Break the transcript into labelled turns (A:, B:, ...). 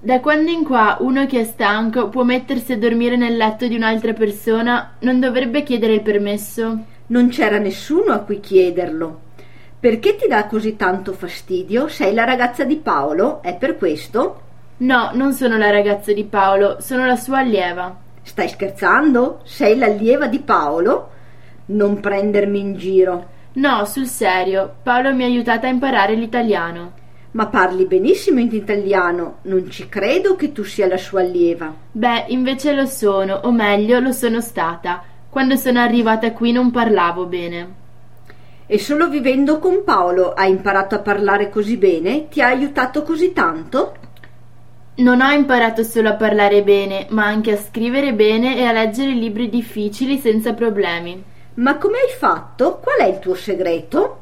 A: Da quando in qua uno che è stanco può mettersi a dormire nel letto di un'altra persona, non dovrebbe chiedere il permesso?
B: Non c'era nessuno a cui chiederlo. Perché ti dà così tanto fastidio? Sei la ragazza di Paolo? È per questo?
A: No, non sono la ragazza di Paolo, sono la sua allieva.
B: Stai scherzando? Sei l'allieva di Paolo? Non prendermi in giro.
A: No, sul serio, Paolo mi ha aiutata a imparare l'italiano.
B: Ma parli benissimo in italiano, non ci credo che tu sia la sua allieva.
A: Beh, invece lo sono, o meglio, lo sono stata. Quando sono arrivata qui non parlavo bene.
B: E solo vivendo con Paolo hai imparato a parlare così bene? Ti ha aiutato così tanto?
A: Non ho imparato solo a parlare bene, ma anche a scrivere bene e a leggere libri difficili senza problemi.
B: Ma come hai fatto? Qual è il tuo segreto?